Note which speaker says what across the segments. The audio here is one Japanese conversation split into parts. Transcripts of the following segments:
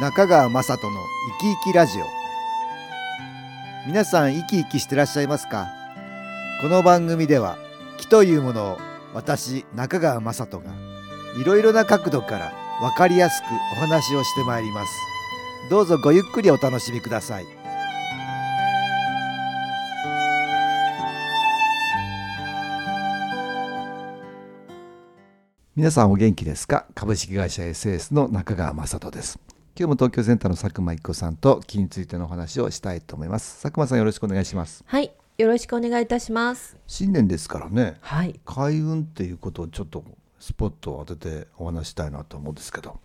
Speaker 1: 中川雅人の生き生きラジオ皆さん生き生きしてらっしゃいますかこの番組では木というものを私中川雅人がいろいろな角度から分かりやすくお話をしてまいりますどうぞごゆっくりお楽しみください皆さんお元気ですか株式会社 SS の中川雅人です今日も東京センターの佐久間一子さんと木についてのお話をしたいと思います佐久間さんよろしくお願いします
Speaker 2: はい、よろしくお願いいたします。
Speaker 1: 新年ですからね
Speaker 2: はい、
Speaker 1: 開運っていうことをちょっとスポットを当ててお話したいなと思うんですけど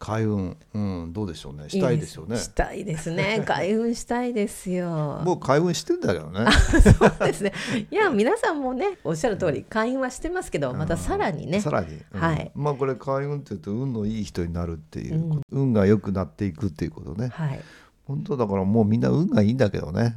Speaker 1: 開運、うん、どうでしょうねしたいですよね
Speaker 2: したいですね。開運したいですよ。
Speaker 1: もう開運してんだけどね
Speaker 2: そうですね。いや、皆さんもね、おっしゃる通り、開運はしてますけど、またさらに ね。
Speaker 1: さらに、うん
Speaker 2: はい
Speaker 1: まあこれ開運っていうと運のいい人になるっていうこと、運が良くなっていくっていうことね、
Speaker 2: はい。
Speaker 1: 本当だからもうみんな運がいいんだけどね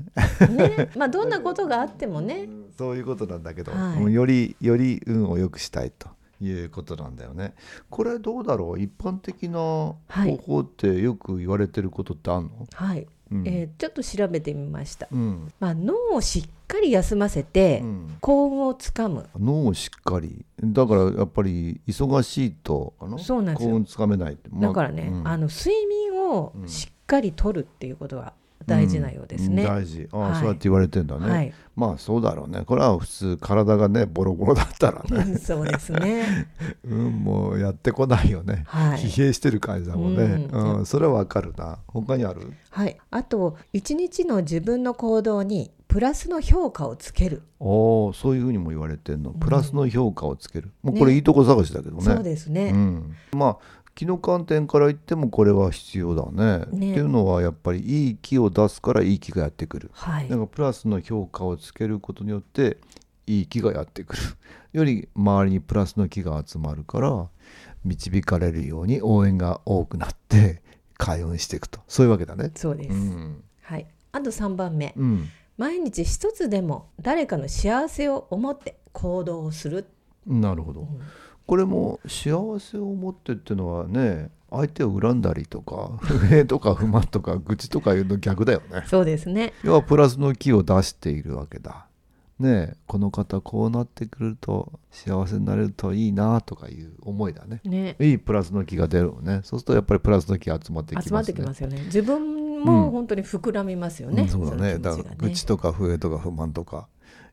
Speaker 2: ね、まあ、どんなことがあってもね。
Speaker 1: そういうことなんだけど、
Speaker 2: はい
Speaker 1: もうよりより運を良くしたいということなんだよねこれどうだろう一般的な方
Speaker 2: はい
Speaker 1: 法ってよく言われてることってあるの、
Speaker 2: はい。
Speaker 1: うん
Speaker 2: えーちょっと調べてみました。
Speaker 1: うん
Speaker 2: まあ、脳をしっかり休ませて、
Speaker 1: うん
Speaker 2: 幸運をつかむ。
Speaker 1: 脳をしっかりだからやっぱり忙しいとあの
Speaker 2: そうなんですよ
Speaker 1: 幸運つかめないって、まあ
Speaker 2: だからね、
Speaker 1: うん
Speaker 2: あの睡眠をしっかりとるっていうことは大事なようですね。
Speaker 1: うん大事ああ、
Speaker 2: はい
Speaker 1: そうやって言われてんだね、
Speaker 2: はい
Speaker 1: まあそうだろうねこれは普通体がねボロボロだったら ね、
Speaker 2: うんそうですね。
Speaker 1: うん、もうやってこないよね、
Speaker 2: はい
Speaker 1: 疲弊してる感じだもんね、う
Speaker 2: うん
Speaker 1: それはわかるな他にある
Speaker 2: はい、あと一日の自分の行動にプラスの評価をつける、
Speaker 1: おーそういうふうにも言われてんのプラスの評価をつける、もうこれいいとこ探しだけどね
Speaker 2: そうですね、
Speaker 1: うん、まあ木の観点から言ってもこれは必要だね
Speaker 2: ね
Speaker 1: っていうのはやっぱりいい木を出すからいい木がやってくる、
Speaker 2: はい
Speaker 1: なんかプラスの評価をつけることによっていい木がやってくるより周りにプラスの木が集まるから導かれるように応援が多くなって開運していくとそういうわけだね。
Speaker 2: そうです、
Speaker 1: うん
Speaker 2: はい、あと3番目
Speaker 1: うん
Speaker 2: 毎日一つでも誰かの幸せを思って行動をする、
Speaker 1: なるほどこれも幸せを持ってっていうのはね相手を恨んだりとか不平とか不満とか愚痴とかいうの逆だよね。
Speaker 2: そうですね
Speaker 1: 要はプラスの木を出しているわけだ。ねえこの方こうなってくると幸せになれるといいなとかいう思いだね。
Speaker 2: ね
Speaker 1: いいプラスの木が出るのね。そうするとやっぱりプラスの木集まってきますね。
Speaker 2: 集まってきますよね自分
Speaker 1: うん
Speaker 2: も本当に膨らみますよね、
Speaker 1: うんそうだね。
Speaker 2: の気
Speaker 1: だか
Speaker 2: 持ち
Speaker 1: ら
Speaker 2: が
Speaker 1: 愚
Speaker 2: ね
Speaker 1: 痴とか不平とか不満とか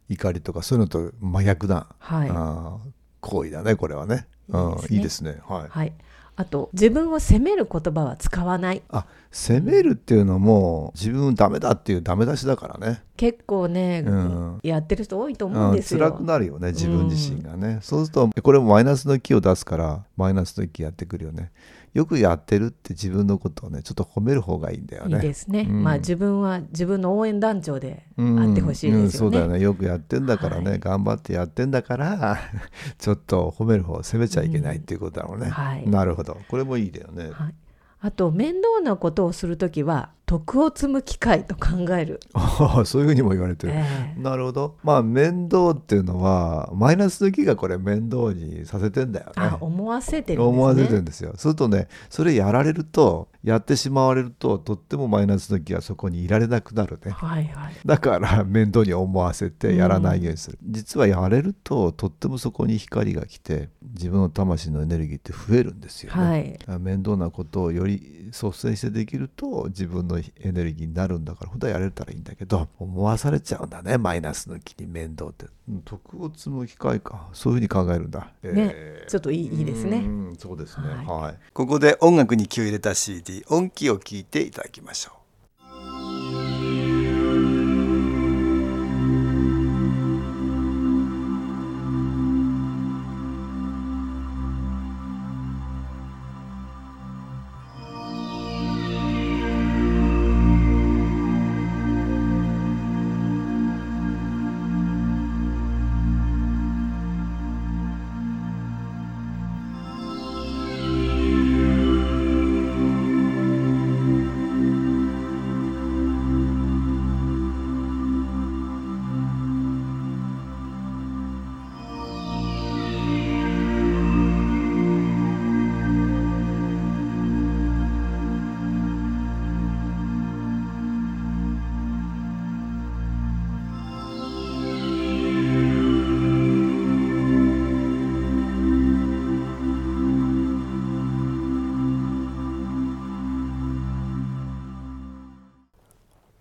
Speaker 1: 怒りとかそういうのと真逆だ。
Speaker 2: はい
Speaker 1: あー行為だねこれはね。うんいい
Speaker 2: いい
Speaker 1: で
Speaker 2: です
Speaker 1: ね。はい。
Speaker 2: はい、あと自分を責める言葉は使わない
Speaker 1: あ責めるっていうのも自分ダメだっていうダメ出しだからね。
Speaker 2: 結構ね、
Speaker 1: うん
Speaker 2: やってる人多いと思うんですよ、
Speaker 1: 辛くなるよね自分自身がね、そうするとこれもマイナスの気を出すからマイナスの気やってくるよねよくやってるって自分のことをねちょっと褒める方がいいんだよ
Speaker 2: いい
Speaker 1: ね
Speaker 2: ですね、
Speaker 1: うん
Speaker 2: まあ自分は自分の応援団長であってほしいですよね,、
Speaker 1: うんうんそうだよねよくやってんだからね、
Speaker 2: はい
Speaker 1: 頑張ってやってんだから ちょっと褒める方を責めちゃいけないっていうことだろうね、
Speaker 2: うんはい
Speaker 1: なるほどこれもいいだよね、
Speaker 2: はい、あと面倒なことをするときは徳を積む機会と考える、
Speaker 1: ああ そういうふうにも言われてる、
Speaker 2: ええ
Speaker 1: なるほどまあ面倒っていうのはマイナスの気がこれ面倒にさせてんだよね
Speaker 2: あ思わせてるんですね
Speaker 1: 思わせてるんですよ。するとねそれやられるとやってしまわれるととってもマイナスの気がそこにいられなくなるね。
Speaker 2: はいはい
Speaker 1: だから面倒に思わせてやらないようにする、実はやれるととってもそこに光が来て自分の魂のエネルギーって増えるんですよね、
Speaker 2: はい
Speaker 1: あ面倒なことをより率先してできると自分のエネルギーになるんだから本当はやれたらいいんだけど思わされちゃうんだねマイナスの気に面倒ってうん徳を積む機会かそういうふうに考えるんだ、
Speaker 2: ね
Speaker 1: えー
Speaker 2: ちょっといいいいです
Speaker 1: う
Speaker 2: ね
Speaker 1: ん、そうですね。
Speaker 2: はい
Speaker 1: はい。
Speaker 3: ここで音楽に気を入れた CD 音気を聞いていただきましょう
Speaker 1: う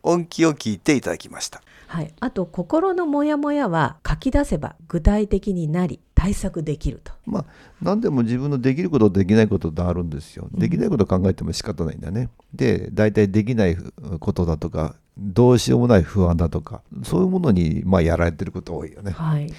Speaker 3: 音気を聞いていただきました。
Speaker 2: はい、あと心のモヤモヤは書き出せば具体的になり対策できると
Speaker 1: まあ、何でも自分のできることできないことってあるんですよ。できないこと考えても仕方ないんだね。で大体できないことだとかどうしようもない不安だとかそういうものにまあやられてること多いよね。
Speaker 2: はい、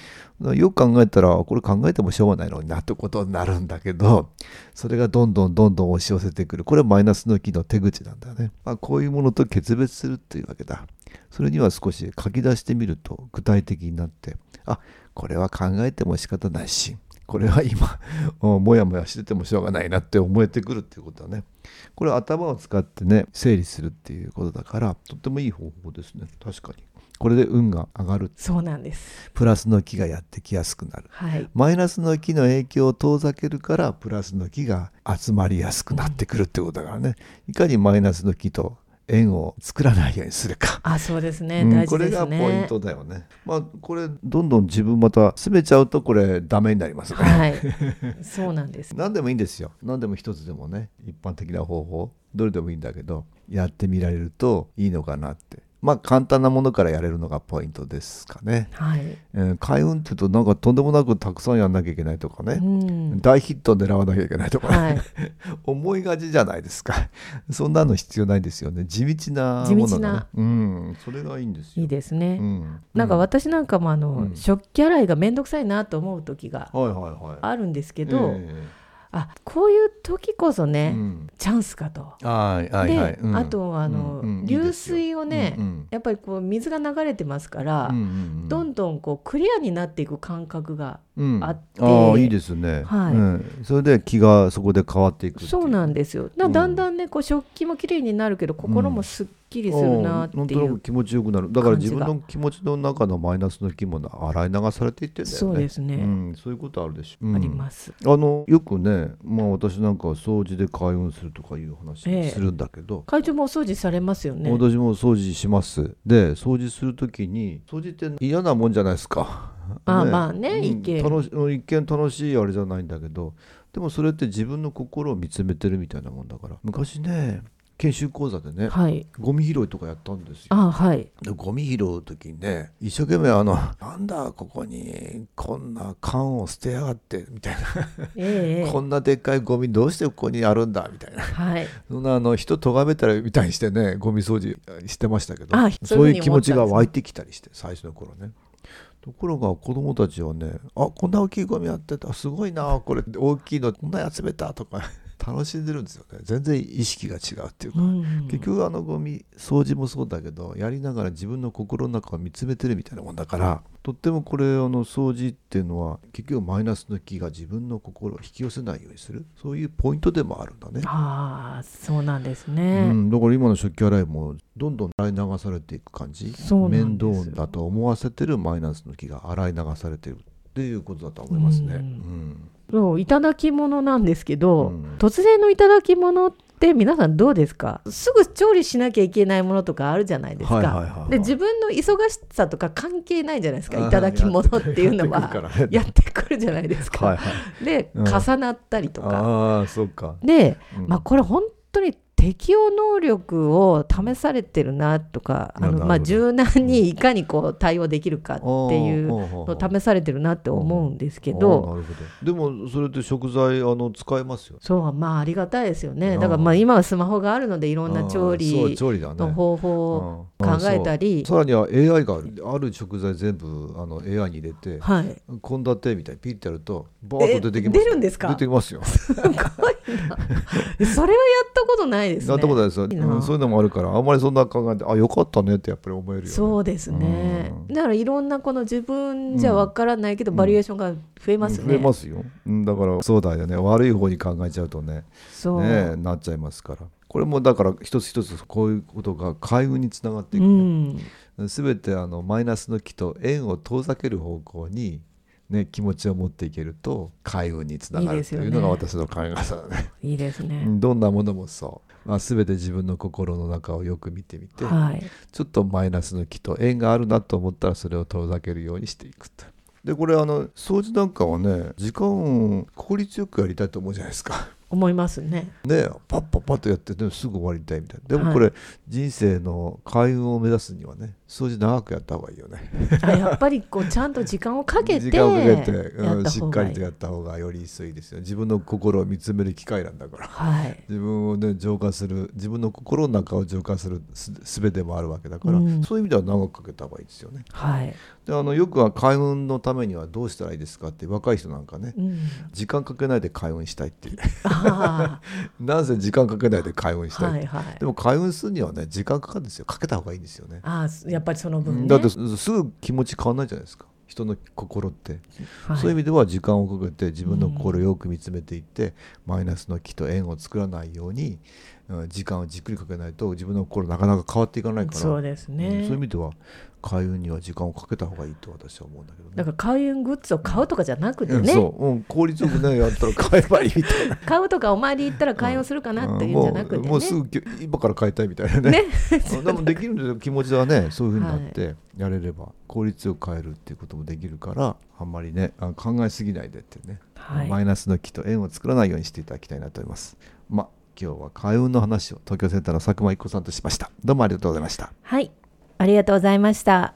Speaker 1: よく考えたらこれ考えてもしょうがないのになってことになるんだけどそれがどんどんどんどん押し寄せてくるこれはマイナスの木の手口なんだね、まあ、こういうものと決別するっていうわけだそれには少し書き出してみると具体的になってあこれは考えても仕方ないしこれは今 もやもやしててもしょうがないなって思えてくるっていうことだねこれは頭を使ってね整理するっていうことだからとってもいい方法ですね確かにこれで運が上がる
Speaker 2: そうなんです
Speaker 1: プラスの木がやってきやすくなる
Speaker 2: はい
Speaker 1: マイナスの木の影響を遠ざけるからプラスの木が集まりやすくなってくるってことだからね、いかにマイナスの木と円を作らないようにするか、
Speaker 2: あそうですね、
Speaker 1: うん
Speaker 2: 大
Speaker 1: こ
Speaker 2: 事
Speaker 1: れ
Speaker 2: です
Speaker 1: がポイン
Speaker 2: ね
Speaker 1: トだよね。まあこれどんどん自分また詰めちゃうとこれダメになりますね。
Speaker 2: はいそうな んです
Speaker 1: 何でもいいんですよ何でも一つでもね一般的な方法どれでもいいんだけどやってみられるといいのかなってまあ簡単なものからやれるのがポイントですかね。
Speaker 2: はい、
Speaker 1: えー開運っていうとなんかとんでもなくたくさんやんなきゃいけないとかね、
Speaker 2: うん、
Speaker 1: 大ヒットを狙わなきゃいけないとか、
Speaker 2: はい、
Speaker 1: 思いがちじゃないですか そんなの必要ないですよね地道なものが、ね、うんそれがいいんですよ
Speaker 2: いいですね、
Speaker 1: うん、
Speaker 2: なんか私なんかもあの、
Speaker 1: うん
Speaker 2: 食器洗いが面倒くさいなと思う時が
Speaker 1: はいはいはい
Speaker 2: あるんですけ
Speaker 1: け
Speaker 2: ど、あこういう時こそ
Speaker 1: う
Speaker 2: ね、
Speaker 1: ん、
Speaker 2: チャンスかと。
Speaker 1: はいはいはい
Speaker 2: で、あとあの、
Speaker 1: うんうんいい
Speaker 2: 流
Speaker 1: ですよ
Speaker 2: 水をね、
Speaker 1: うんうん
Speaker 2: やっぱりこう水が流れてますから、
Speaker 1: うんうんうん
Speaker 2: どんどんこうクリアになっていく感覚が
Speaker 1: うん
Speaker 2: あって
Speaker 1: ああいいですね、
Speaker 2: はい
Speaker 1: うん、それで気がそこで変わっていくってい
Speaker 2: そうなんですよだ
Speaker 1: うん
Speaker 2: だんだんねこう食器もきれいになるけど心もすっきりするなって
Speaker 1: うんなん
Speaker 2: い
Speaker 1: と
Speaker 2: う、
Speaker 1: なく気持ちよくなるだから
Speaker 2: 感じ
Speaker 1: 自
Speaker 2: が
Speaker 1: 分の気持ちの中のマイナスの気も洗い流されていってんだよね
Speaker 2: そうですね、
Speaker 1: うん、そういうことあるでしょ、う
Speaker 2: ありますす
Speaker 1: あのよくね、まあ、私なんかは掃除で開運するとかいう
Speaker 2: ええ
Speaker 1: 話するんだけど、
Speaker 2: 会長もお掃除されますよね
Speaker 1: 私も掃除しますで掃除する時に掃除って嫌なもんじゃないですか。
Speaker 2: あまあね一見
Speaker 1: 楽し一見楽しいあれじゃないんだけどでもそれって自分の心を見つめてるみたいなもんだから昔ね研修講座でね
Speaker 2: はい
Speaker 1: ゴミ拾いとかやったんですよ。
Speaker 2: あはい
Speaker 1: でゴミ拾う時にね一生懸命あの「なんだここにこんな缶を捨てやがって」みたいな
Speaker 2: ええ
Speaker 1: こんなでっかいゴミどうしてここにあるんだみたいな。
Speaker 2: はい
Speaker 1: そんなあの人咎めたらみたいにしてねゴミ掃除してましたけどそう
Speaker 2: あ
Speaker 1: いう
Speaker 2: そういうふうに思ったんですね
Speaker 1: 気持ちが湧いてきたりして最初の頃ねところが子供たちはねあこんな大きいゴミあってたすごいなこれ大きいのこんなに集めたとか 楽しんでるんですよね全然意識が違うっていうか、
Speaker 2: うん
Speaker 1: 結局あのゴミ掃除もそうだけどやりながら自分の心の中を見つめてるみたいなもんだからとってもこれあの掃除っていうのは結局マイナスの気が自分の心を引き寄せないようにするそういうポイントでもあるんだね。
Speaker 2: ああそうなんです
Speaker 1: う
Speaker 2: ね、
Speaker 1: ん、だから今の食器洗いもどんどん洗い流されていく感じ
Speaker 2: そうな
Speaker 1: 面
Speaker 2: んです
Speaker 1: 倒だと思わせてるマイナスの気が洗い流されてるっていうことだと思いますね。
Speaker 2: う
Speaker 1: うんん
Speaker 2: そういただき物なんですけど、
Speaker 1: うん
Speaker 2: 突然のいただき物って皆さんどうですかすぐ調理しなきゃいけないものとかあるじゃないですか、
Speaker 1: はいはいはいはい
Speaker 2: で自分の忙しさとか関係ないじゃないですか
Speaker 1: あー
Speaker 2: いただき物っていう
Speaker 1: やっ
Speaker 2: の
Speaker 1: てくる
Speaker 2: は
Speaker 1: からね
Speaker 2: やってくるじゃないですか。
Speaker 1: はいはい、
Speaker 2: で、
Speaker 1: うん
Speaker 2: 重なったりとか。
Speaker 1: ああそうか。
Speaker 2: で、
Speaker 1: うん
Speaker 2: まあ、これ本当に適応能力を試されてるなとかあ
Speaker 1: なるほ
Speaker 2: の、
Speaker 1: ど
Speaker 2: まあ、柔軟にいかにこう対応できるかっていうの
Speaker 1: の
Speaker 2: を試されてるなって思うんですけ
Speaker 1: あ
Speaker 2: ど。
Speaker 1: ーなるほどでもそれって食材あの使えますよ
Speaker 2: そうまあありがたいですよね
Speaker 1: うん
Speaker 2: だからまあ今はスマホがあるのでいろんな調
Speaker 1: あーそう
Speaker 2: 理
Speaker 1: 調理だね
Speaker 2: の方法を
Speaker 1: うん
Speaker 2: 考えたり、
Speaker 1: そうさらには AI があるある食材全部あの AI に入れて
Speaker 2: はい
Speaker 1: 献立みたいにピッてやるとバーッと出てきます
Speaker 2: え出るんですか
Speaker 1: 出てきますよ
Speaker 2: すごいなそれはやったことないですね
Speaker 1: なったことないですよ、
Speaker 2: いいな
Speaker 1: うんそういうのもあるからあんまりそんな考えてあよかったねってやっぱり思えるよね
Speaker 2: そうですね
Speaker 1: うん
Speaker 2: だからいろんなこの自分じゃわからないけどバリエーションが増えますよ
Speaker 1: 増
Speaker 2: ね、
Speaker 1: えますよ、うん、だからそうだよね悪い方に考えちゃうとね
Speaker 2: そう、
Speaker 1: ねなっちゃいますからこれもだから一つ一つこういうことが開運につながっていうくね、
Speaker 2: ん
Speaker 1: 全てあのマイナスの気と円を遠ざける方向に、ね、気持ちを持っていけると開運につなが
Speaker 2: い
Speaker 1: る
Speaker 2: いです
Speaker 1: と
Speaker 2: よ
Speaker 1: い
Speaker 2: ね
Speaker 1: うのが私の考え方だね。
Speaker 2: いいです
Speaker 1: う
Speaker 2: ね、
Speaker 1: ん どんなものもそう、まあ、全て自分の心の中をよく見てみて、
Speaker 2: はい
Speaker 1: ちょっとマイナスの気と縁があるなと思ったらそれを遠ざけるようにしていくと。でこれあの掃除なんかはね時間を効率よくやりたいと思うじゃないですか。
Speaker 2: 思いますね。
Speaker 1: ねパッパッパッとやってでもすぐ終わりたいみたいなで
Speaker 2: は
Speaker 1: も
Speaker 2: い
Speaker 1: これ、人生の開運を目指すにはね掃除長くやった方がいいよね
Speaker 2: あやっぱりこうちゃん と時間をかけて
Speaker 1: 時間をかけて、
Speaker 2: や
Speaker 1: う
Speaker 2: っ
Speaker 1: ん、
Speaker 2: た
Speaker 1: し
Speaker 2: 方
Speaker 1: っか
Speaker 2: がいい
Speaker 1: りとやった方がよりいいですよ自分の心を見つめる機会なんだから
Speaker 2: はい。
Speaker 1: 自分をね浄化する自分の心の中を浄化するすすべてもあるわけだから、
Speaker 2: うん
Speaker 1: そういう意味では長くかけた方がいいですよね
Speaker 2: はい。
Speaker 1: であのよくは開運のためにはどうしたらいいですかって若い人なんかね
Speaker 2: うん。
Speaker 1: 時間かけないで開運したいっていう
Speaker 2: あ
Speaker 1: なんせ時間かけないで開運し
Speaker 2: あ、
Speaker 1: たいって
Speaker 2: はいはい。
Speaker 1: でも開運するにはね時間かかるんですよかけた方がいいんですよね
Speaker 2: ああ、やっぱりその分ね。
Speaker 1: だってすすぐ気持ち変わんないじゃないですか人の心って、
Speaker 2: はい
Speaker 1: そういう意味では時間をかけて自分の心をよく見つめていって、マイナスの気と縁を作らないように、うん時間をじっくりかけないと自分の心なかなか変わっていかないから
Speaker 2: そうですね
Speaker 1: んそういう意味では開運には時間をかけた方がいいと私は思うんだけどね
Speaker 2: だから開運グッズを買うとかじゃなくて
Speaker 1: うん
Speaker 2: ね、
Speaker 1: そう、うん、効率よくねやったら買えばいいみたいな
Speaker 2: 買うとかお参り行ったら開運するかなっていうんじゃなくて
Speaker 1: うんもうも
Speaker 2: ね。
Speaker 1: うすぐき今から買いたいみたいなねうんでもできるんですよ気持ちはねそういうふうになってやれれば効率を変えるっていうこともできるからあんまりねあ考えすぎないでってね、
Speaker 2: はい
Speaker 1: マイナスの気と縁を作らないようにしていただきたいなと思いますまあ今日は開運の話を東京センターの佐久間一子さんとしましたどうもありがとうございました
Speaker 2: はい、ありがとうございました。